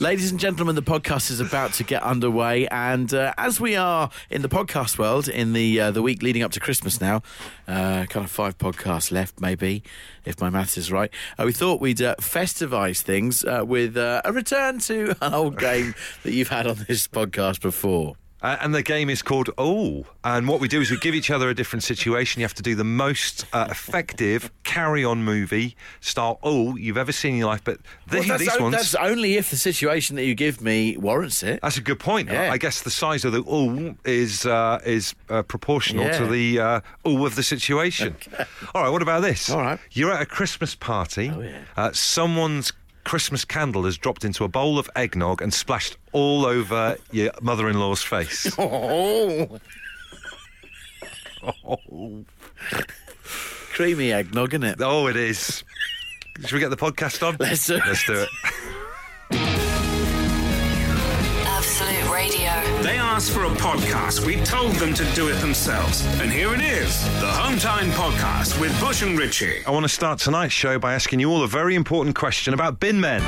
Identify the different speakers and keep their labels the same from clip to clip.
Speaker 1: Ladies and gentlemen, the podcast is about to get underway, and uh, as we are in the podcast world in the uh, the week leading up to Christmas now, uh, kind of five podcasts left, maybe, if my maths is right. Uh, we thought we'd uh, festivise things uh, with uh, a return to an old game that you've had on this podcast before.
Speaker 2: Uh, and the game is called Oh. And what we do is we give each other a different situation. You have to do the most uh, effective carry on movie style Oh you've ever seen in your life. But the,
Speaker 1: Well, that's,
Speaker 2: these
Speaker 1: o-
Speaker 2: ones.
Speaker 1: that's
Speaker 2: That's,
Speaker 1: only if the situation that you give me warrants it.
Speaker 2: a good point. I-
Speaker 1: Yeah.
Speaker 2: I guess the size of the Oh is uh, is uh, proportional to
Speaker 1: Yeah.
Speaker 2: the uh, Oh of the situation. All right, what about this?
Speaker 1: All right.
Speaker 2: You're at a Christmas party.
Speaker 1: Oh, yeah.
Speaker 2: uh, someone's. Christmas candle has dropped into a bowl of eggnog and splashed all over your mother in law's face. Uh,
Speaker 1: Oh. Creamy eggnog, isn't it?
Speaker 2: Oh, it is. Should we get the podcast on?
Speaker 1: Let's do it.
Speaker 2: Let's do it.
Speaker 3: Absolute Radio.
Speaker 4: They asked for a podcast. We told them to do it themselves. And here it is the Hometown Podcast with Bush and Ritchie.
Speaker 2: I want to start tonight's show by asking you all a very important question about bin men.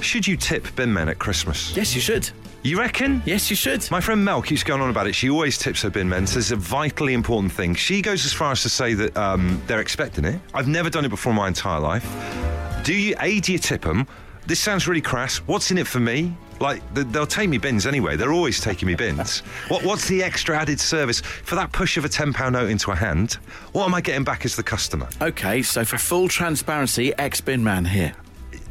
Speaker 2: Should you tip bin men at Christmas?
Speaker 1: Yes, you should.
Speaker 2: You reckon?
Speaker 1: Yes, you should.
Speaker 2: My friend Mel keeps going on about it. She always tips her bin men. Says it's a vitally important thing. She goes as far as to say that um, they're expecting it. I've never done it before in my entire life. Do you? A, do you tip them? This sounds really crass. What's in it for me? Like th- they'll take me bins anyway. They're always taking me bins. what, what's the extra added service for that push of a ten pound note into a hand? What am I getting back as the customer?
Speaker 1: Okay, so for full transparency, ex bin man here.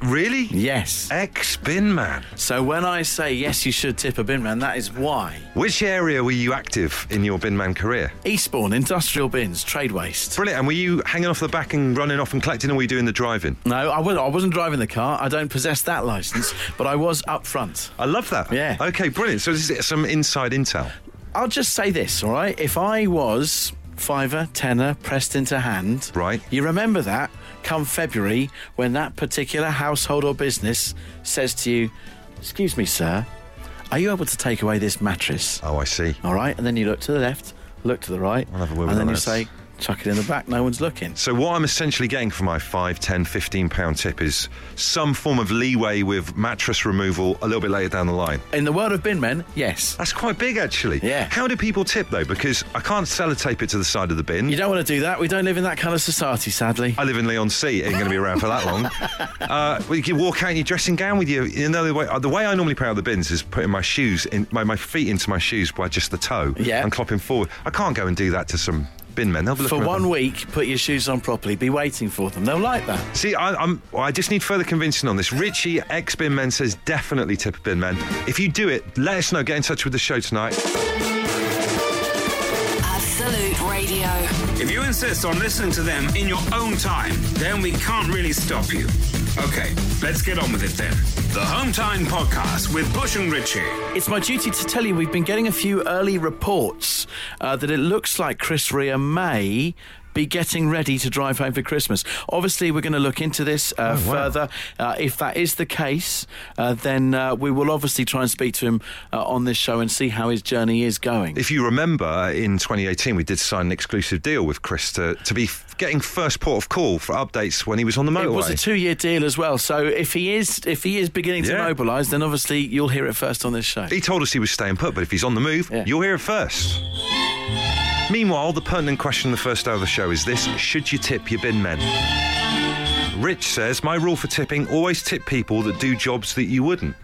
Speaker 2: Really?
Speaker 1: Yes.
Speaker 2: Ex bin man.
Speaker 1: So when I say yes, you should tip a bin man, that is why.
Speaker 2: Which area were you active in your bin man career?
Speaker 1: Eastbourne, industrial bins, trade waste.
Speaker 2: Brilliant. And were you hanging off the back and running off and collecting, or were you doing the driving?
Speaker 1: No, I wasn't, I wasn't driving the car. I don't possess that license, but I was up front.
Speaker 2: I love that.
Speaker 1: Yeah.
Speaker 2: Okay, brilliant. So this is some inside intel.
Speaker 1: I'll just say this, all right? If I was fiver, tenner, pressed into hand,
Speaker 2: Right.
Speaker 1: You remember that come February when that particular household or business says to you, "Excuse me, sir, are you able to take away this mattress?"
Speaker 2: Oh, I see.
Speaker 1: All right, and then you look to the left, look to the right,
Speaker 2: I'll have a word with
Speaker 1: and then
Speaker 2: the
Speaker 1: you
Speaker 2: lads.
Speaker 1: say, "Chuck it in the back. No one's looking."
Speaker 2: So what I'm essentially getting for my 5, 10, 15 pound tip is some form of leeway with mattress removal a little bit later down the line.
Speaker 1: In the world of bin men, yes.
Speaker 2: That's quite big, actually.
Speaker 1: Yeah.
Speaker 2: How do people tip, though? Because I can't sellotape it to the side of the bin.
Speaker 1: You don't want to do that. We don't live in that kind of society, sadly.
Speaker 2: I live in Leon C. It ain't going to be around for that long. Uh, well, you can walk out in your dressing gown with you. You know the way the way I normally pay out the bins is putting my shoes in my, my feet into my shoes by just the toe
Speaker 1: Yeah.
Speaker 2: and clopping forward. I can't go and do that to some bin men. They'll be
Speaker 1: For
Speaker 2: looking around
Speaker 1: one week, put your shoes on properly. Be waiting for them. They'll like that.
Speaker 2: See, I, I'm. well, I just need further convincing on this. Richie, ex bin men, says definitely tip a bin man. If you do it, let us know. Get in touch with the show tonight.
Speaker 3: Absolute Radio.
Speaker 4: If you insist on listening to them in your own time, then we can't really stop you. Okay, let's get on with it then. The Hometown Podcast with Bush and Ritchie.
Speaker 1: It's my duty to tell you we've been getting a few early reports uh, that it looks like Chris Rea may be getting ready to drive home for Christmas. Obviously, we're going to look into this uh, further. Uh, if that is the case, uh, then uh, we will obviously try and speak to him uh, on this show and see how his journey is going.
Speaker 2: If you remember, in 2018, we did sign an exclusive deal with Chris to, to be f- getting first port of call for updates when he was on the motorway.
Speaker 1: It was a two-year deal as well, so if he is if he is beginning to
Speaker 2: Yeah.
Speaker 1: mobilise, then obviously you'll hear it first on this show.
Speaker 2: He told us he was staying put, but if he's on the move,
Speaker 1: Yeah.
Speaker 2: you'll hear it first. Meanwhile, the pertinent question the first hour of the show is this Should you tip your bin men? Rich says, My rule for tipping always tip people that do jobs that you wouldn't.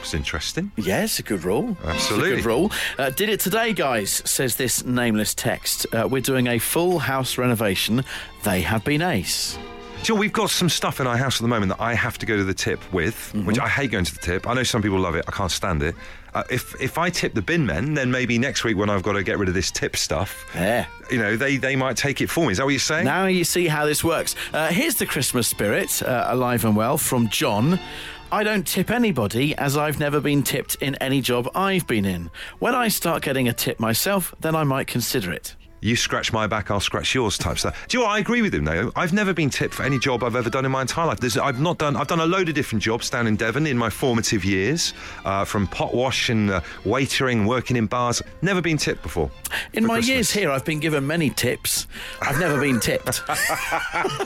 Speaker 2: It's interesting.
Speaker 1: Yeah, it's a good rule.
Speaker 2: Absolutely.
Speaker 1: It's a good rule. Uh, did it today, guys, says this nameless text. Uh, we're doing a full house renovation. They have been ace.
Speaker 2: Sure, we've got some stuff in our house at the moment that I have to go to the tip with, which I hate going to the tip. I know some people love it. I can't stand it. Uh, if if I tip the bin men, then maybe next week when I've got to get rid of this tip stuff,
Speaker 1: Yeah.
Speaker 2: you know, they they might take it for me. Is that what you're saying?
Speaker 1: Now you see how this works. Uh, here's the Christmas spirit, uh, alive and well, from John. I don't tip anybody as I've never been tipped in any job I've been in. When I start getting a tip myself, then I might consider it.
Speaker 2: you scratch my back, I'll scratch yours type stuff. Do you know what? I agree with him though. I've never been tipped for any job I've ever done in my entire life. There's, I've not done. I've done a load of different jobs down in Devon in my formative years, uh, from pot wash and uh, waitering, working in bars. Never been tipped before.
Speaker 1: In
Speaker 2: for
Speaker 1: my
Speaker 2: Christmas.
Speaker 1: years here, I've been given many tips. I've never been tipped.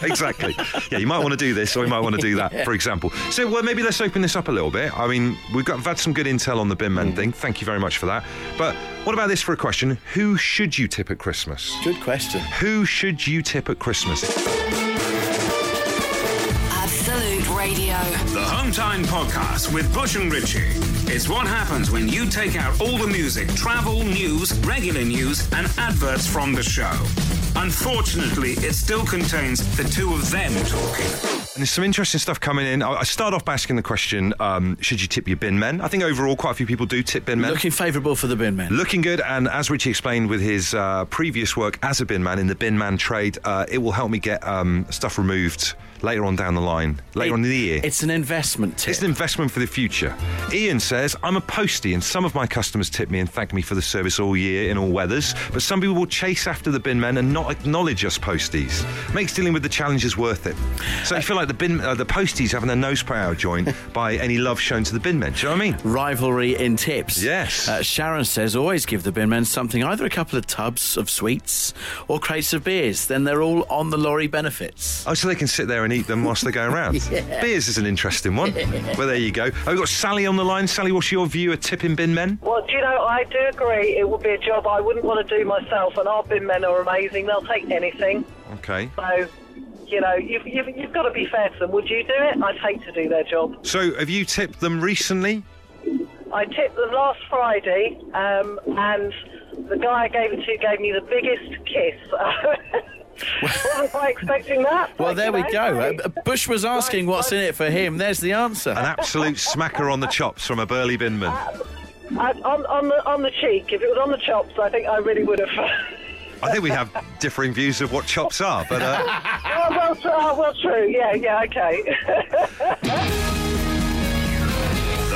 Speaker 2: exactly. Yeah, you might want to do this or you might want to do that, for example. So, well, maybe let's open this up a little bit. I mean, we've got we've had some good intel on the bin man thing. Thank you very much for that. But what about this for a question? Who should you tip at Christmas?
Speaker 1: Good question.
Speaker 2: Who should you tip at Christmas?
Speaker 3: Absolute Radio.
Speaker 4: The Hometown Podcast with Bush and Ritchie. It's what happens when you take out all the music, travel, news, regular news, and adverts from the show. Unfortunately, it still contains the two of them talking.
Speaker 2: And there's some interesting stuff coming in. I I start off by asking the question: um, Should you tip your bin men? I think overall, quite a few people do tip bin men.
Speaker 1: Looking favourable for the bin man.
Speaker 2: Looking good, and as Richie explained with his uh, previous work as a bin man in the bin man trade, uh, it will help me get um, stuff removed later on down the line, later on in the year.
Speaker 1: It's an investment tip.
Speaker 2: It's an investment for the future. Ian says, I'm a postie and some of my customers tip me and thank me for the service all year in all weathers, but some people will chase after the bin men and not acknowledge us posties. Makes dealing with the challenges worth it. So I feel like the bin, uh, the posties having their nose put out joint by any love shown to the bin men. Do you know what I mean?
Speaker 1: Rivalry in tips.
Speaker 2: Yes.
Speaker 1: Uh, Sharon says always give the bin men something, either a couple of tubs of sweets or crates of beers. Then they're all on the lorry benefits.
Speaker 2: Oh, so they can sit there and eat them whilst they're going around. Beers is an interesting one. Well, there you go. Oh, we've got Sally on the line. Sally, what's your view of tipping bin men?
Speaker 5: Well, do you know, I do agree it would be a job I wouldn't want to do myself, and our bin men are amazing. They'll take anything.
Speaker 2: Okay.
Speaker 5: So, you know, you've, you've, you've got to be fair to them. Would you do it? I'd hate to do their job.
Speaker 2: So, have you tipped them recently?
Speaker 5: I tipped them last Friday, um, and the guy I gave it to gave me the biggest kiss. Wasn't quite expecting that.
Speaker 1: Well,
Speaker 5: but,
Speaker 1: there
Speaker 5: you
Speaker 1: we
Speaker 5: know,
Speaker 1: go.
Speaker 5: hey.
Speaker 1: Uh, Bush was asking what's in it for him. There's the
Speaker 2: An
Speaker 1: answer.
Speaker 2: absolute smacker on the chops from a burly bin man.
Speaker 5: I, on, on, the, on the cheek, if it was on the chops, I think I really would have.
Speaker 2: I think we have differing views of what chops are, but uh,
Speaker 5: oh, well, true, oh, well, true. Yeah, yeah, okay.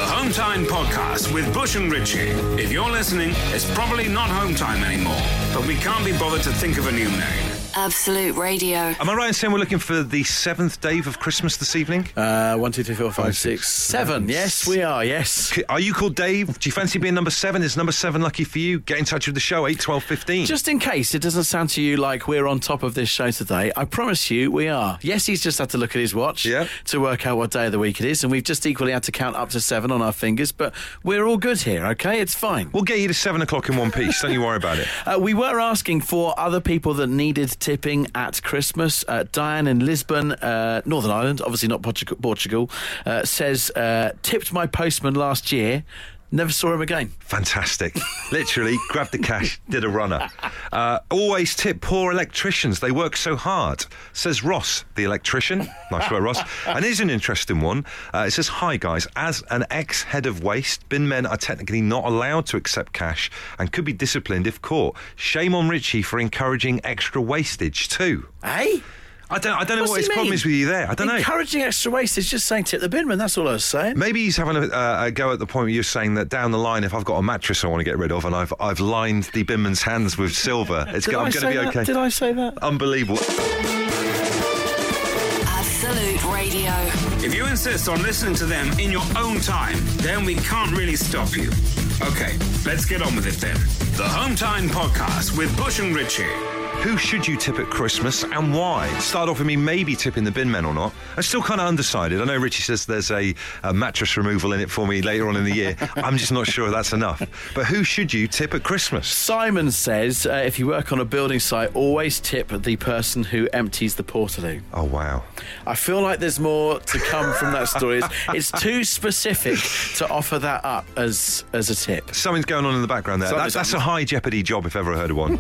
Speaker 4: The Hometown Podcast with Bush and Ritchie. If you're listening, it's probably not Hometown anymore, but we can't be bothered to think of a new name.
Speaker 3: Absolute Radio.
Speaker 2: am I right in saying we're looking for the seventh day of Christmas this evening?
Speaker 1: Uh, one, two, three, four, five, six, seven. Yes, we are. Yes.
Speaker 2: C- Are you called Dave? Do you fancy being number seven? Is number seven lucky for you? Get in touch with the show, 8, 12, 15.
Speaker 1: Just in case it doesn't sound to you like we're on top of this show today, I promise you we are. Yes, he's just had to look at his watch
Speaker 2: Yeah.
Speaker 1: to work out what day of the week it is, and we've just equally had to count up to seven on our fingers, but we're all good here, okay? It's fine.
Speaker 2: We'll get you to seven o'clock in one piece. Don't you worry about it.
Speaker 1: Uh, we were asking for other people that needed tipping at Christmas. Uh, Diane in Lisbon, uh, Northern Ireland, obviously not Portugal, Portugal uh, says, uh, tipped my postman last year, never saw him again.
Speaker 2: Fantastic. Literally, grabbed the cash, did a runner. Uh, always tip poor electricians. They work so hard, says Ross, the electrician. Nice work, Ross. And here's an interesting one. Uh, it says, Hi, guys. As an ex head of waste, bin men are technically not allowed to accept cash and could be disciplined if caught. Shame on Richie for encouraging extra wastage, too.
Speaker 1: Hey?
Speaker 2: I don't, I don't know
Speaker 1: What's
Speaker 2: what
Speaker 1: he
Speaker 2: his problem
Speaker 1: mean?
Speaker 2: is with you there. I don't know.
Speaker 1: Encouraging extra waste is just saying tip the binman, that's all I was saying.
Speaker 2: Maybe he's having a, uh, a go at the point where you're saying that down the line, if I've got a mattress I want to get rid of and I've I've lined the binman's hands with silver, it's
Speaker 1: Did
Speaker 2: go-
Speaker 1: I
Speaker 2: I'm going to
Speaker 1: say
Speaker 2: be
Speaker 1: that?
Speaker 2: okay.
Speaker 1: Did I say that?
Speaker 2: Unbelievable.
Speaker 3: Absolute Radio.
Speaker 4: If you insist on listening to them in your own time, then we can't really stop you. Okay, let's get on with it then. The Hometown Podcast with Bush and Ritchie.
Speaker 2: Who should you tip at Christmas and why? Start off with me maybe tipping the bin men or not. I'm still kind of undecided. I know Richie says there's a, a mattress removal in it for me later on in the year. I'm just not sure that's enough. But who should you tip at Christmas?
Speaker 1: Simon says uh, if you work on a building site, always tip the person who empties the portaloo.
Speaker 2: Oh, wow.
Speaker 1: I feel like there's more to come from that story. It's, it's too specific to offer that up as as a tip.
Speaker 2: Something's going on in the background there. That,
Speaker 1: Something's
Speaker 2: that's a
Speaker 1: happening.
Speaker 2: high jeopardy job if ever I heard of one.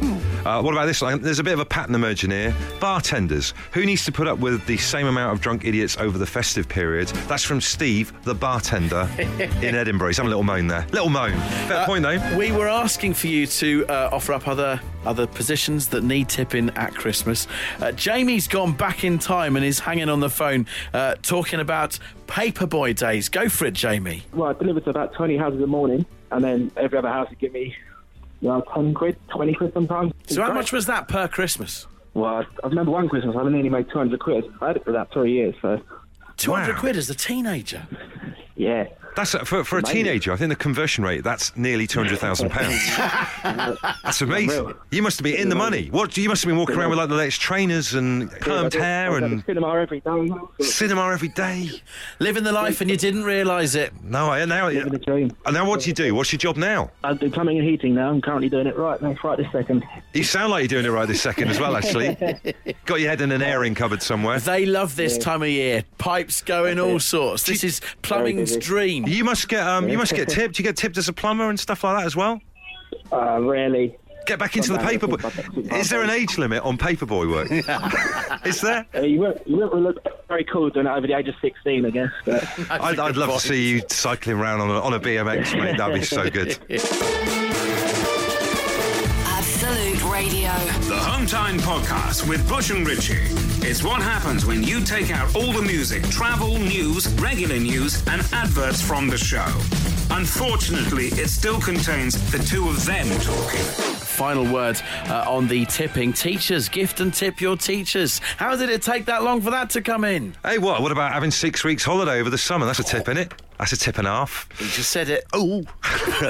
Speaker 2: uh, what about this? one? There's a bit of a pattern emerging here. Bartenders. Who needs to put up with the same amount of drunk idiots over the festive period? That's from Steve, the bartender in Edinburgh. He's having a little moan there. Little moan. Fair point though.
Speaker 1: We were asking for you to uh, offer up other other positions that need tipping at Christmas. Uh, Jamie's gone back in time and is hanging on the phone uh, talking about paperboy days. Go for it, Jamie.
Speaker 6: Well, I delivered to about 20 houses a morning, and then every other house would give me uh, 10 quid, 20 quid sometimes.
Speaker 1: So how much was that per Christmas?
Speaker 6: Well, I, I remember one Christmas I nearly made 200 quid. I had it for about three years, so
Speaker 1: 200
Speaker 2: Wow.
Speaker 1: quid as a teenager.
Speaker 6: yeah.
Speaker 2: That's for, for a
Speaker 6: Amazing.
Speaker 2: teenager. I think the conversion rate that's nearly two hundred thousand pounds. that's amazing.
Speaker 6: Unreal.
Speaker 2: You must be in the money. What you must have been walking around with like the latest trainers and permed hair
Speaker 6: I
Speaker 2: and
Speaker 6: cinema every day.
Speaker 2: cinema every day.
Speaker 1: Living the life and you didn't realise it.
Speaker 2: No, I now.
Speaker 6: Living the dream.
Speaker 2: And now, what do you do? What's your job now?
Speaker 6: I do plumbing and heating now. I'm currently doing it right now, right this second.
Speaker 2: You sound like you're doing it right this second as well. Actually, got your head in an airing cupboard somewhere.
Speaker 1: They love this time of year. Pipes going all sorts. This is plumbing's
Speaker 6: busy.
Speaker 1: dream.
Speaker 2: You must get um, you must get tipped. You get tipped as a plumber and stuff like that as well.
Speaker 6: Uh, really?
Speaker 2: Get back into the paperboy. Is there an age limit on paperboy work? Is there?
Speaker 6: Uh, you won't, you won't look very cool doing it over the age of 16, I guess. But
Speaker 2: I'd, I'd love to see you cycling around on a, on a BMX, mate. That'd be so good.
Speaker 3: Absolute Radio.
Speaker 4: The Hometown Podcast with Bush and Ritchie. It's what happens when you take out all the music, travel, news, regular news, and adverts from the show. Unfortunately, it still contains the two of them talking.
Speaker 1: Final word uh, on the tipping. Teachers, gift and tip your teachers. How did it take that long for that to come in?
Speaker 2: Hey, what? What about having six weeks holiday over the summer? That's a tip, is it? That's a tip and a half.
Speaker 1: You just said it.
Speaker 2: Oh,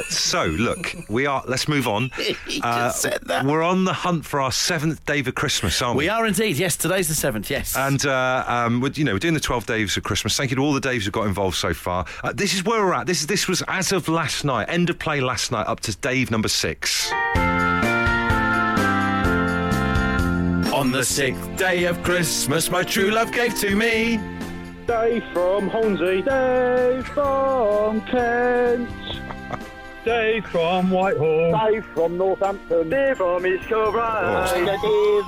Speaker 2: so look, we are. Let's move on. Uh,
Speaker 1: He just said that.
Speaker 2: We're on the hunt for our seventh day of Christmas, aren't we?
Speaker 1: We are indeed. Yes, today's the seventh. Yes.
Speaker 2: And uh, um, we're, you know, we're doing the twelve days of Christmas. Thank you to all the Daves who got involved so far. Uh, this is where we're at. This is this was as of last night, end of play last night, up to Dave number six.
Speaker 1: on the sixth day of Christmas, my true love gave to me.
Speaker 6: Dave from Hornsey. Dave from Kent. Dave from Whitehall. Dave from Northampton. Dave from East Kilbride. Dave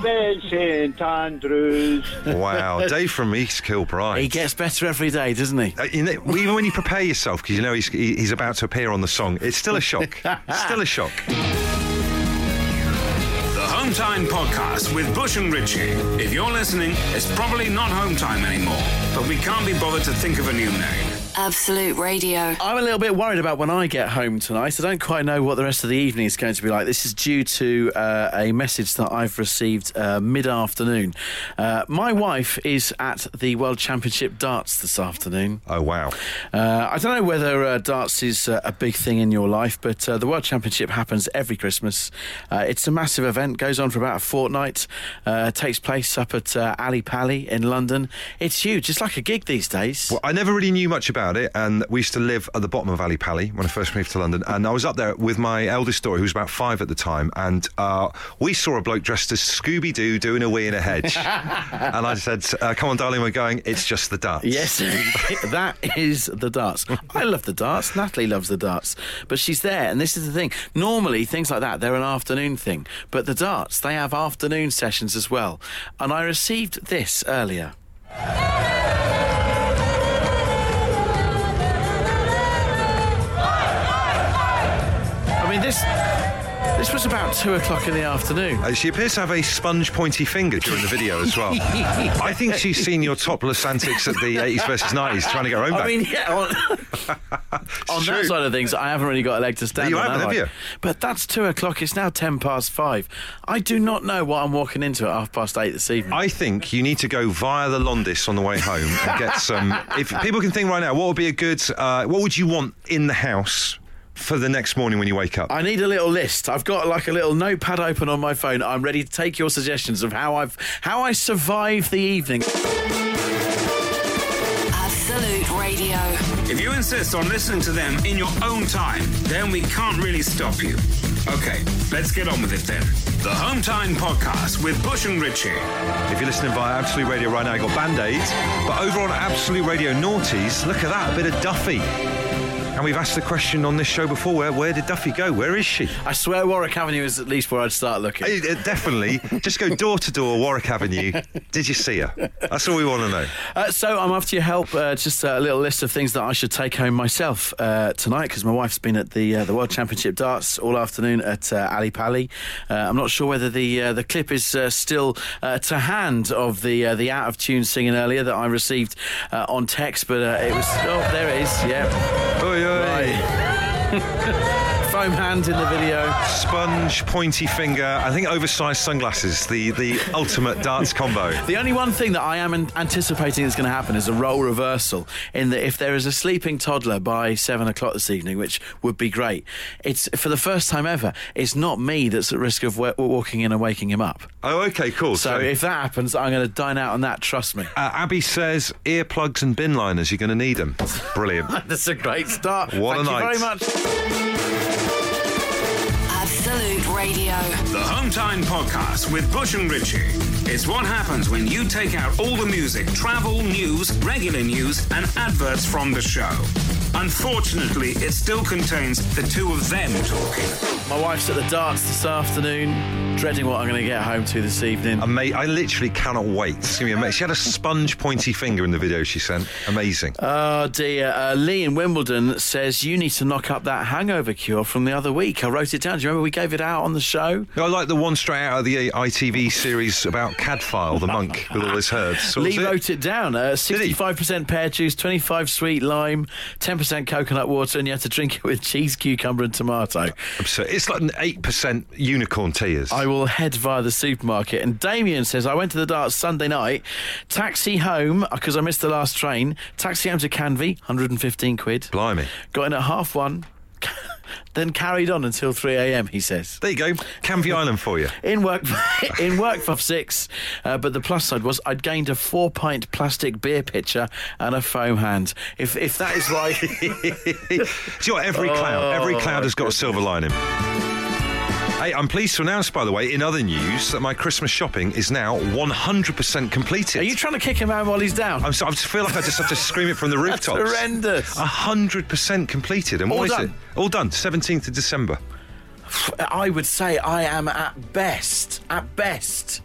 Speaker 6: in St Andrews.
Speaker 2: Wow, Dave from East Kilbride.
Speaker 1: He gets better every day, doesn't he?
Speaker 2: Uh, you know, even when you prepare yourself, because you know he's, he- he's about to appear on the song, it's still a shock. it's still a shock.
Speaker 4: The Hometown Podcast with Bush and Ritchie. If you're listening, it's probably not Hometown anymore, but we can't be bothered to think of a new name.
Speaker 3: Absolute Radio.
Speaker 1: I'm a little bit worried about when I get home tonight. I don't quite know what the rest of the evening is going to be like. This is due to uh, a message that I've received uh, mid afternoon. Uh, my wife is at the World Championship darts this afternoon.
Speaker 2: Oh wow!
Speaker 1: Uh, I don't know whether uh, darts is uh, a big thing in your life, but uh, the World Championship happens every Christmas. Uh, it's a massive event, goes on for about a fortnight, uh, takes place up at uh, Ali Pali in London. It's huge, it's like a gig these days.
Speaker 2: Well, I never really knew much about it, and we used to live at the bottom of Ali Pali when I first moved to London. And I was up there with my eldest daughter, who was about five at the time, and uh, we saw a bloke dressed as Scooby Doo doing a wee in a hedge. and I said, uh, "Come on, darling, we're going. It's just the darts."
Speaker 1: Yes, that is the darts. I love the darts. Natalie loves the darts, but she's there, and this is the thing. Normally, things like that they're an afternoon thing, but the darts they have afternoon sessions as well. And I received this earlier. I mean this. This was about two o'clock in the afternoon.
Speaker 2: Uh, she appears to have a sponge pointy finger during the video as well. I think she's seen your topless antics at the 80s versus 90s, trying to get her own back.
Speaker 1: I mean, yeah. On, on that
Speaker 2: true.
Speaker 1: side of things, I haven't really got a leg to stand
Speaker 2: You
Speaker 1: on.
Speaker 2: haven't, have
Speaker 1: I?
Speaker 2: you?
Speaker 1: But that's two o'clock. It's now ten past five. I do not know what I'm walking into at half past eight this evening.
Speaker 2: I think you need to go via the Londis on the way home and get some. if people can think right now, what would be a good? Uh, what would you want in the house for the next morning when you wake up?
Speaker 1: I need a little list. I've got like a little notepad open on my phone. I'm ready to take your suggestions of how I've how I survive the evening.
Speaker 3: Absolute Radio.
Speaker 4: If you insist on listening to them in your own time, then we can't really stop you. Okay, let's get on with it then. The Hometown Podcast with Bush and Ritchie.
Speaker 2: if you're listening via Absolute Radio right now, you got Band Aid. But over on Absolute Radio Naughties, look at that, a bit of Duffy. And we've asked the question on this show before: where where did Duffy go? Where is she?
Speaker 1: I swear, Warwick Avenue is at least where I'd start looking.
Speaker 2: Uh, uh, Definitely, just go door to door, Warwick Avenue. Did you see her? That's all we want to know.
Speaker 1: Uh, so I'm after your help. Uh, just a little list of things that I should take home myself uh, tonight because my wife's been at the uh, the World Championship darts all afternoon at uh, Ali Pali. Uh, I'm not sure whether the uh, the clip is uh, still uh, to hand of the uh, the out of tune singing earlier that I received uh, on text, but uh, it was oh there it is yeah.
Speaker 2: Oi, oi.
Speaker 1: Right. prime hand in the video.
Speaker 2: Sponge, pointy finger, I think oversized sunglasses, the, the ultimate darts combo.
Speaker 1: The only one thing that I am an- anticipating is going to happen is a role reversal. In that, if there is a sleeping toddler by seven o'clock this evening, which would be great, it's for the first time ever. It's not me that's at risk of wa- walking in and waking him up.
Speaker 2: Oh, okay, cool.
Speaker 1: So if that happens, I'm going to dine out on that. Trust me.
Speaker 2: Uh, Abby says earplugs and bin liners, you're going to need them. Brilliant.
Speaker 1: That's a great start.
Speaker 2: What
Speaker 1: Thank
Speaker 2: a
Speaker 1: you
Speaker 2: night.
Speaker 1: very much.
Speaker 3: Absolute Radio.
Speaker 4: The Hometown Podcast with Bush and Ritchie. It's what happens when you take out all the music, travel, news, regular news, and adverts from the show. Unfortunately, it still contains the two of them talking.
Speaker 1: My wife's at the darts this afternoon, dreading what I'm going to get home to this evening.
Speaker 2: And mate, I literally cannot wait. It's gonna be amazing. She had a sponge pointy finger in the video she sent. Amazing.
Speaker 1: Oh dear. Uh, Lee in Wimbledon says you need to knock up that hangover cure from the other week. I wrote it down. Do you remember we gave it out on the show?
Speaker 2: I like the one straight out of the ITV series about Cadfile, the monk with all his herbs. What was
Speaker 1: Lee wrote it down. Uh, 65% pear juice, 25 sweet lime, 10% coconut water, and you had to drink it with cheese, cucumber, and tomato.
Speaker 2: Absurd. It's like an 8% unicorn tears.
Speaker 1: I will head via the supermarket. And Damien says, I went to the darts Sunday night, taxi home, because I missed the last train, taxi home to Canvey, 115 quid.
Speaker 2: Blimey.
Speaker 1: Got in at half one, then carried on until 3 a.m., he says.
Speaker 2: There you go. Canvey Island for you.
Speaker 1: In work, in work puff six, uh, but the plus side was I'd gained a four-pint plastic beer pitcher and a foam hand. If if that is why,
Speaker 2: Do you know what? Every cloud,
Speaker 1: Oh,
Speaker 2: every cloud has got a silver lining. Hey, I'm pleased to announce, by the way, in other news, that my Christmas shopping is now 100% completed.
Speaker 1: are you trying to kick him out while he's down?
Speaker 2: I'm so, I just feel like I just have to scream it from the
Speaker 1: That's
Speaker 2: rooftops.
Speaker 1: horrendous.
Speaker 2: hundred percent completed. And
Speaker 1: All
Speaker 2: what is
Speaker 1: done.
Speaker 2: it? All done. Seventeenth of December.
Speaker 1: I would say I am at best, at best,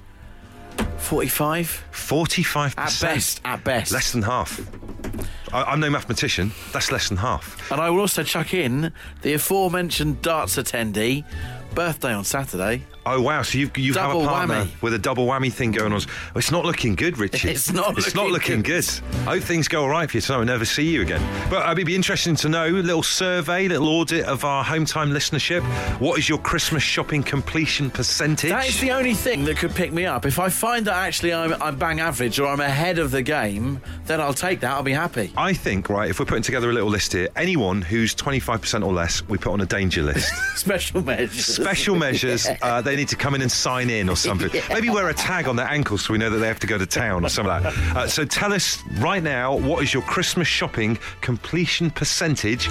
Speaker 1: forty-five.
Speaker 2: Forty-five
Speaker 1: At
Speaker 2: percent.
Speaker 1: best, at best.
Speaker 2: Less than half. I, I'm no mathematician. That's less than half.
Speaker 1: and I will also chuck in the aforementioned darts attendee birthday on Saturday.
Speaker 2: Oh wow! So you've you have a
Speaker 1: Double
Speaker 2: partner
Speaker 1: whammy.
Speaker 2: with a double whammy thing going on. Oh, It's not looking good, Richie.
Speaker 1: It's not
Speaker 2: It's not
Speaker 1: looking
Speaker 2: looking good. I hope things go all right for you, so I'll never see you again. But uh, it'd be interesting to know. Little survey, little audit of our home time listenership. What is your Christmas shopping completion percentage?
Speaker 1: That is the only thing that could pick me up. If I find that actually I'm, I'm bang average or I'm ahead of the game, then I'll take that. I'll be happy.
Speaker 2: I think, right, if we're putting together a little list here, anyone who's 25% or less, we put on a danger list.
Speaker 1: Special measures.
Speaker 2: Special measures, uh, they need to come in and sign in or something. Maybe wear a tag on their ankle so we know that they have to go to town or something like that. Uh, so tell us right now, what is your Christmas shopping completion percentage?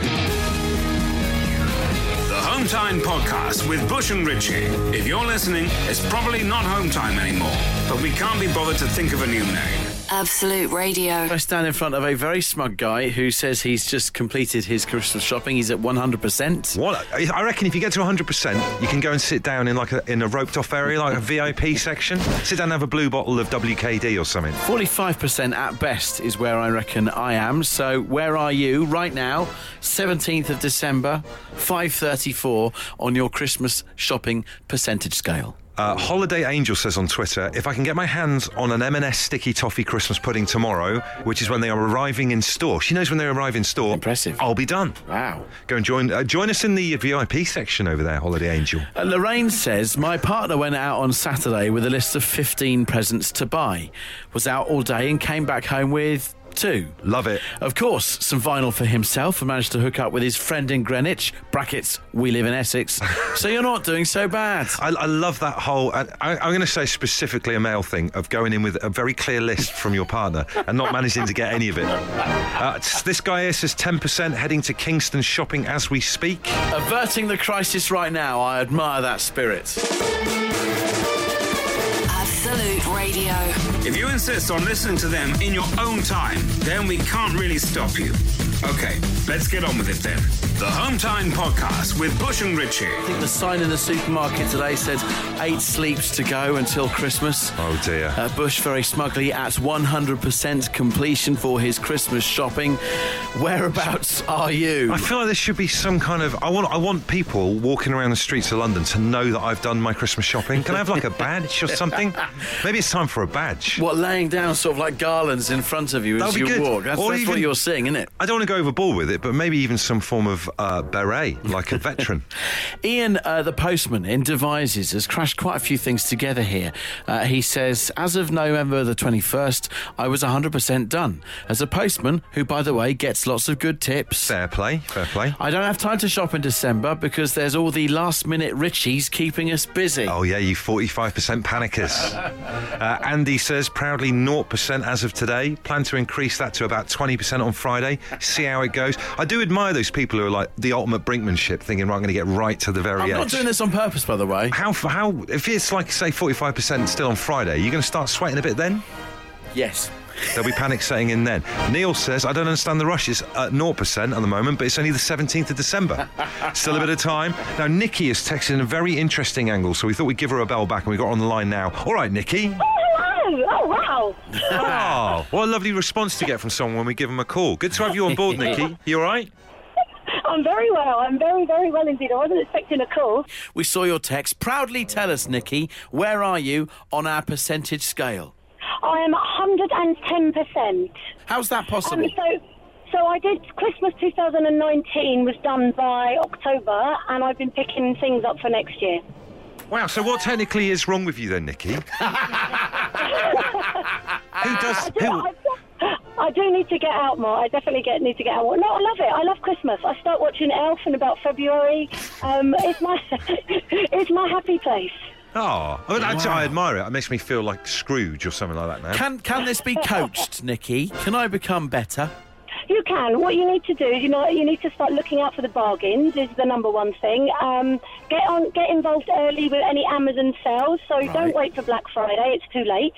Speaker 4: The Hometown Podcast with Bush and Ritchie. If you're listening, it's probably not Hometown anymore, but we can't be bothered to think of a new name.
Speaker 3: Absolute Radio.
Speaker 1: I stand in front of a very smug guy who says he's just completed his Christmas shopping. He's at 100%.
Speaker 2: What I reckon if you get to 100%, you can go and sit down in like a, in a roped off area, like a VIP section. Sit down and have a blue bottle of WKD or something.
Speaker 1: 45% at best is where I reckon I am. So where are you right now? 17th of December, 5:34 on your Christmas shopping percentage scale.
Speaker 2: Uh, Holiday Angel says on Twitter, if I can get my hands on an M&S sticky toffee Christmas pudding tomorrow, which is when they are arriving in store. She knows when they arrive in store.
Speaker 1: Impressive.
Speaker 2: I'll be done.
Speaker 1: Wow.
Speaker 2: Go and join uh, join us in the VIP section over there, Holiday Angel.
Speaker 1: Uh, Lorraine says, My partner went out on Saturday with a list of 15 presents to buy, was out all day and came back home with two.
Speaker 2: Love it.
Speaker 1: Of course, some vinyl for himself and managed to hook up with his friend in Greenwich, brackets, we live in Essex. so you're not doing so bad.
Speaker 2: I, I love that whole. I, I, I'm going to say specifically a male thing of going in with a very clear list from your partner and not managing to get any of it. Uh, t- this guy here says 10% heading to Kingston shopping as we speak.
Speaker 1: Averting the crisis right now, I admire that spirit.
Speaker 3: Absolute Radio.
Speaker 4: If you insist on listening to them in your own time, then we can't really stop you. Okay, let's get on with it then. The Hometown Podcast with Bush and Ritchie.
Speaker 1: I think the sign in the supermarket today said eight sleeps to go until Christmas.
Speaker 2: Oh dear.
Speaker 1: Uh, Bush very smugly at 100% completion for his Christmas shopping. Whereabouts are you?
Speaker 2: I feel like there should be some kind of. I want. I want people walking around the streets of London to know that I've done my Christmas shopping. Can I have like a badge or something? Maybe it's time for a badge.
Speaker 1: What, laying down sort of like garlands in front of you
Speaker 2: That'd
Speaker 1: as you
Speaker 2: be good.
Speaker 1: walk? That's,
Speaker 2: Or
Speaker 1: that's what
Speaker 2: even-
Speaker 1: you're seeing, isn't it?
Speaker 2: I don't want to go overboard with it, but maybe even some form of of uh, beret like a veteran.
Speaker 1: Ian, uh, the postman in Devizes, has crashed quite a few things together here. Uh, he says, as of November the 21st, I was 100% done. As a postman, who, by the way, gets lots of good tips.
Speaker 2: fair play, fair play.
Speaker 1: I don't have time to shop in December because there's all the last minute Richies keeping us busy.
Speaker 2: Oh, yeah, you 45% panickers. uh, Andy says proudly 0% as of today. Plan to increase that to about 20% on Friday. See how it goes. I do admire those people who are like the ultimate brinkmanship, thinking, right, I'm going to get right to the very
Speaker 1: I'm
Speaker 2: edge.
Speaker 1: not doing this on purpose, by the way.
Speaker 2: How, how, if it's like, say, 45% still on Friday, you're going to start sweating a bit then?
Speaker 1: Yes.
Speaker 2: There'll be panic setting in then. Neil says, I don't understand the rush. It's at 0% at the moment, but it's only the 17th of December. Still a bit of time. Now, Nikki has texted in a very interesting angle, so we thought we'd give her a bell back, and we got her on the line now. All right, Nikki.
Speaker 5: hello. Oh, wow.
Speaker 2: Oh, what a lovely response to get from someone when we give them a call. Good to have you on board, Nikki. You all right?
Speaker 5: I'm very well. I'm very, very well indeed. I wasn't expecting a call.
Speaker 1: We saw your text. Proudly tell us, Nikki, where are you on our percentage scale?
Speaker 5: I am 110%.
Speaker 1: How's that possible?
Speaker 5: Um, so, so I did Christmas 2019 was done by October, and I've been picking things up for next year.
Speaker 2: Wow, so what technically is wrong with you then, Nikki? who does. Who,
Speaker 5: I do need to get out more. I definitely get need to get out more. No, I love it. I love Christmas. I start watching Elf in about February. Um, it's my it's my happy place.
Speaker 2: oh, I, mean, I- I admire it. It makes me feel like Scrooge or something like that now.
Speaker 1: Can can this be coached, Nikki? Can I become better?
Speaker 5: You can. What you need to do is you know you need to start looking out for the bargains. Is the number one thing. Um, get on, get involved early with any Amazon sales. So don't wait for Black Friday. It's too late.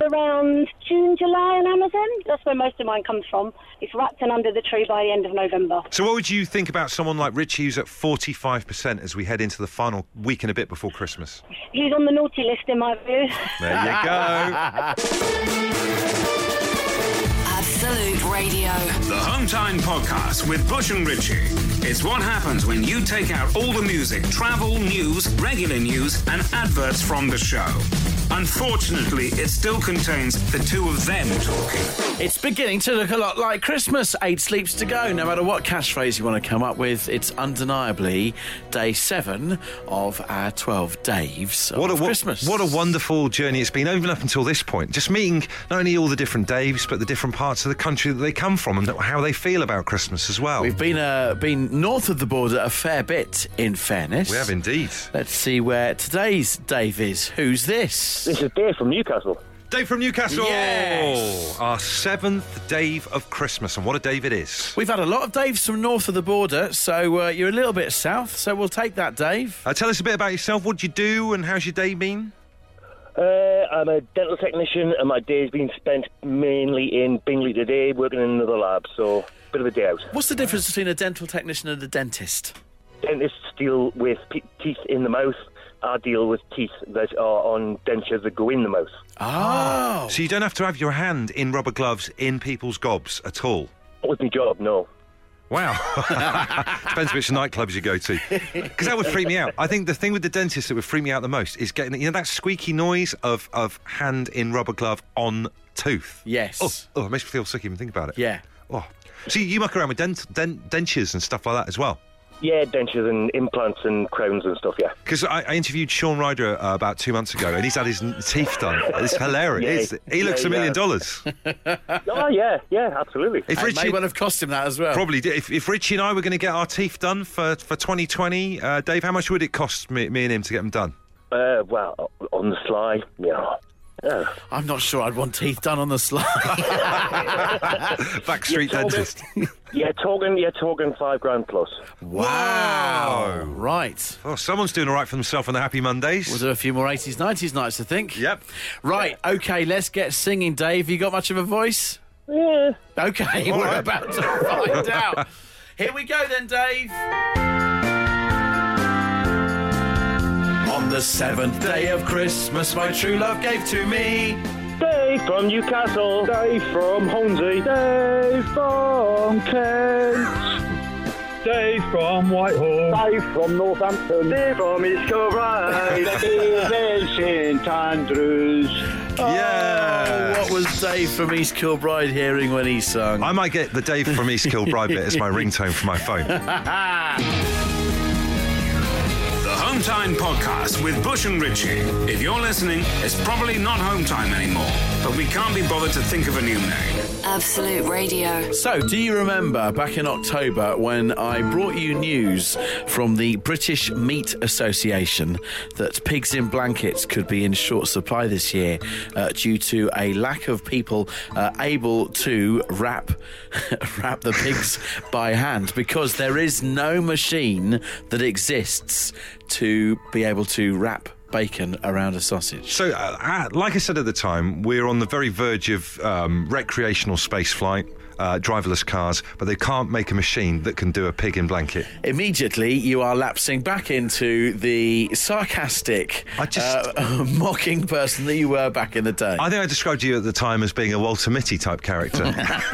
Speaker 5: Around June, July on Amazon. That's where most of mine comes from. It's wrapped and under the tree by the end of November.
Speaker 2: So, what would you think about someone like Rich Hughes at 45% as we head into the final week and a bit before Christmas?
Speaker 5: He's on the naughty list in my view.
Speaker 2: There you go.
Speaker 3: Absolute Radio.
Speaker 4: The Hometown Podcast with Bush and Ritchie. It's what happens when you take out all the music, travel, news, regular news, and adverts from the show. Unfortunately, it still contains the two of them talking.
Speaker 1: It's beginning to look a lot like Christmas. Eight sleeps to go. No matter what catchphrase you want to come up with, it's undeniably day seven of our twelve days
Speaker 2: What a,
Speaker 1: of
Speaker 2: wo-
Speaker 1: Christmas.
Speaker 2: what a wonderful journey it's been, even up until this point. Just meeting not only all the different Daves, but the different parts of the country that they come from and how they feel about Christmas as well.
Speaker 1: We've been uh, been north of the border a fair bit. In fairness,
Speaker 2: We have indeed.
Speaker 1: Let's see where today's Dave is. Who's this?
Speaker 7: This is Dave from Newcastle.
Speaker 2: Dave from Newcastle!
Speaker 1: Yes.
Speaker 2: Our seventh Dave of Christmas, and what a Dave it is.
Speaker 1: We've had a lot of Daves from north of the border, so uh, you're a little bit south. So we'll take that, Dave.
Speaker 2: Uh, tell us a bit about yourself. What do you do, and how's your day been?
Speaker 7: Uh, I'm a dental technician, and my day's been spent mainly in Bingley today, working in another lab. So, bit of a day out.
Speaker 1: What's the difference between a dental technician and a dentist?
Speaker 7: Dentists deal with pe- teeth in the mouth. I deal with teeth that are on dentures that go in the mouth.
Speaker 1: Oh.
Speaker 2: So, you don't have to have your hand in rubber gloves in people's gobs at all.
Speaker 7: Not with my job, no.
Speaker 2: Wow. Depends which nightclubs you go to. Because that would freak me out. I think the thing with the dentist that would freak me out the most is getting, you know, that squeaky noise of, of hand in rubber glove on tooth.
Speaker 1: Yes.
Speaker 2: Oh, oh, it makes me feel sick even think about it.
Speaker 1: Yeah.
Speaker 2: Oh. So you muck around with dent, dent, dentures and stuff like that as well?
Speaker 7: Yeah, dentures and implants and crowns and stuff. Yeah.
Speaker 2: Because I, I interviewed Sean Ryder uh, about two months ago and he's had his n- teeth done. It's hilarious.
Speaker 7: Yeah,
Speaker 2: he looks
Speaker 7: yeah,
Speaker 2: a million
Speaker 7: yeah.
Speaker 2: dollars.
Speaker 7: oh yeah, yeah, absolutely.
Speaker 2: If
Speaker 1: It may
Speaker 2: Richie,
Speaker 1: well have cost him that as well.
Speaker 2: probably did. If, if Richie and I were going to get our teeth done for, for 2020, uh, Dave, how much would it cost me, me and him to get them done?
Speaker 7: Uh, well, on the sly, yeah.
Speaker 1: I'm not sure I'd want teeth done on the slide.
Speaker 2: Backstreet
Speaker 7: You're talking-
Speaker 2: dentist.
Speaker 7: Yeah, talking, yeah, talking five grand plus.
Speaker 1: wow. Right.
Speaker 2: Oh, someone's doing all right for themselves on the Happy Mondays.
Speaker 1: Was there a few more 80s, 90s nights, I think?
Speaker 2: Yep.
Speaker 1: Right, okay, let's get singing, Dave. You got much of a voice?
Speaker 7: Yeah.
Speaker 1: Okay, we're
Speaker 2: right.
Speaker 1: about to find out. Here we go then, Dave. On the seventh day of Christmas, my true love gave to me.
Speaker 7: Dave from Newcastle.
Speaker 6: Dave from Hornsey. Dave from Kent. Dave from Whitehall. Dave from Northampton. Dave from East Kilbride. Dave from St Andrews.
Speaker 2: yeah.
Speaker 1: Oh, What was Dave from East Kilbride hearing when he sung.
Speaker 2: I might get the Dave from East Kilbride bit as my ringtone for my phone.
Speaker 4: The Home Time Podcast with Bush and Ritchie. If you're listening, it's probably not Home Time anymore, but we can't be bothered to think of a new name.
Speaker 3: Absolute Radio.
Speaker 1: So, do you remember back in October when I brought you news from the British Meat Association that pigs in blankets could be in short supply this year uh, due to a lack of people uh, able to wrap wrap the pigs by hand because there is no machine that exists to be able to wrap bacon around a sausage.
Speaker 2: So, uh, uh, like I said at the time, we're on the very verge of um, recreational space flight, uh, driverless cars, but they can't make a machine that can do a pig in blanket.
Speaker 1: immediately you are lapsing back into the sarcastic,
Speaker 2: I just-
Speaker 1: uh, mocking person that you were back in the day.
Speaker 2: I think I described you at the time as being a Walter Mitty type character.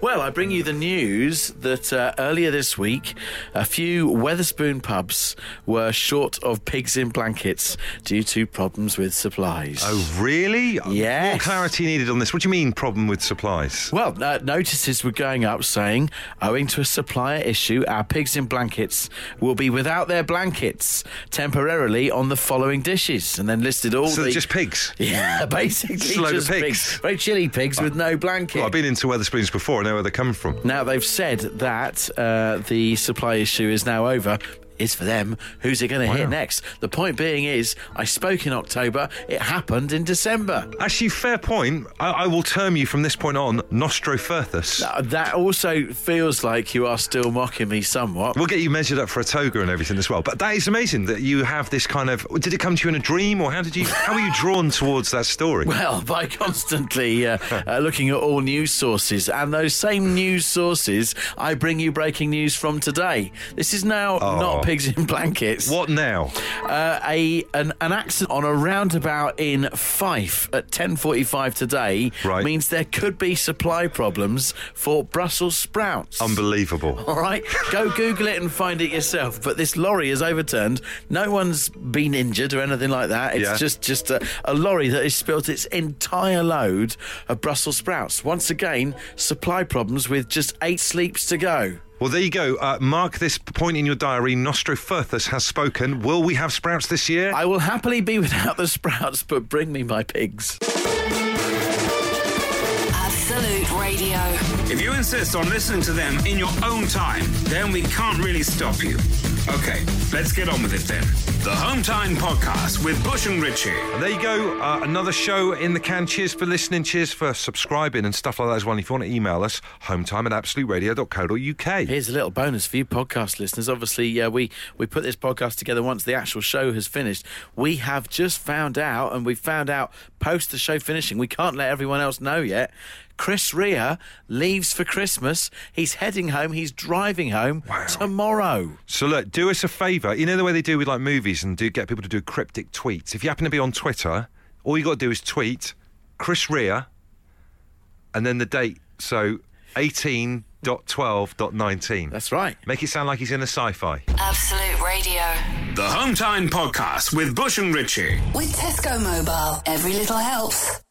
Speaker 1: well, I bring you the news that uh, earlier this week, a few Weatherspoon pubs were short of pigs in blankets due to problems with supplies.
Speaker 2: oh, really?
Speaker 1: Yes.
Speaker 2: More clarity needed on this. What do you mean, problem with supplies?
Speaker 1: Well, uh, notices were going up saying, owing to a supplier issue, our pigs in blankets will be without their blankets temporarily on the following dishes, and then listed all
Speaker 2: So
Speaker 1: the
Speaker 2: they're just pigs?
Speaker 1: Yeah, basically
Speaker 2: Just
Speaker 1: just,
Speaker 2: a load of
Speaker 1: pigs.
Speaker 2: pigs.
Speaker 1: very chilly pigs with no blanket.
Speaker 2: Well, I've been into Weatherspoons before. I know where they're coming from.
Speaker 1: Now they've said that uh, the supply issue is now over. Is for them. Who's it going to hit next? The point being is, I spoke in October. It happened in December.
Speaker 2: Actually, fair point. I, I will term you from this point on Nostrofurthus.
Speaker 1: Uh, that also feels like you are still mocking me somewhat.
Speaker 2: We'll get you measured up for a toga and everything as well. But that is amazing that you have this kind of. Did it come to you in a dream, or how did you? How were you drawn towards that story?
Speaker 1: Well, by constantly uh, uh, looking at all news sources, and those same news sources, I bring you breaking news from today. This is now
Speaker 2: Oh.
Speaker 1: not pigs in blankets.
Speaker 2: What now?
Speaker 1: Uh, a an, an accident on a roundabout in Fife at 10:45 today
Speaker 2: Right.
Speaker 1: means there could be supply problems for Brussels sprouts.
Speaker 2: Unbelievable.
Speaker 1: all right, go Google it and find it yourself. But this lorry is overturned. No one's been injured or anything like that. It's
Speaker 2: Yeah.
Speaker 1: just just a, a lorry that has spilt its entire load of Brussels sprouts. Once again, supply problems with just eight sleeps to go.
Speaker 2: Well, there you go. Uh, mark this point in your diary. Nostrofurthus has spoken. Will we have sprouts this year?
Speaker 1: I will happily be without the sprouts, but bring me my pigs.
Speaker 3: Absolute Radio.
Speaker 4: If you insist on listening to them in your own time, then we can't really stop you. Okay, let's get on with it then. The Home Time Podcast with Bush and Ritchie.
Speaker 2: There you go. Uh, another show in the can. Cheers for listening. Cheers for subscribing and stuff like that as well. And if you want to email us, hometime at absoluteradio.co.uk.
Speaker 1: Here's a little bonus for you podcast listeners. Obviously, uh, we, we put this podcast together once the actual show has finished. We have just found out, and we found out post the show finishing. We can't let everyone else know yet. Chris Rea leaves for Christmas. He's heading home. He's driving home tomorrow.
Speaker 2: So look, do us a favour. You know the way they do with like movies and do get people to do cryptic tweets. If you happen to be on Twitter, all you got to do is tweet Chris Rea and then the date. So 18.12.19.
Speaker 1: That's right.
Speaker 2: Make it sound like he's in a sci-fi.
Speaker 3: Absolute Radio.
Speaker 4: The Home Time Podcast with Bush and Ritchie.
Speaker 3: With Tesco Mobile, every little helps.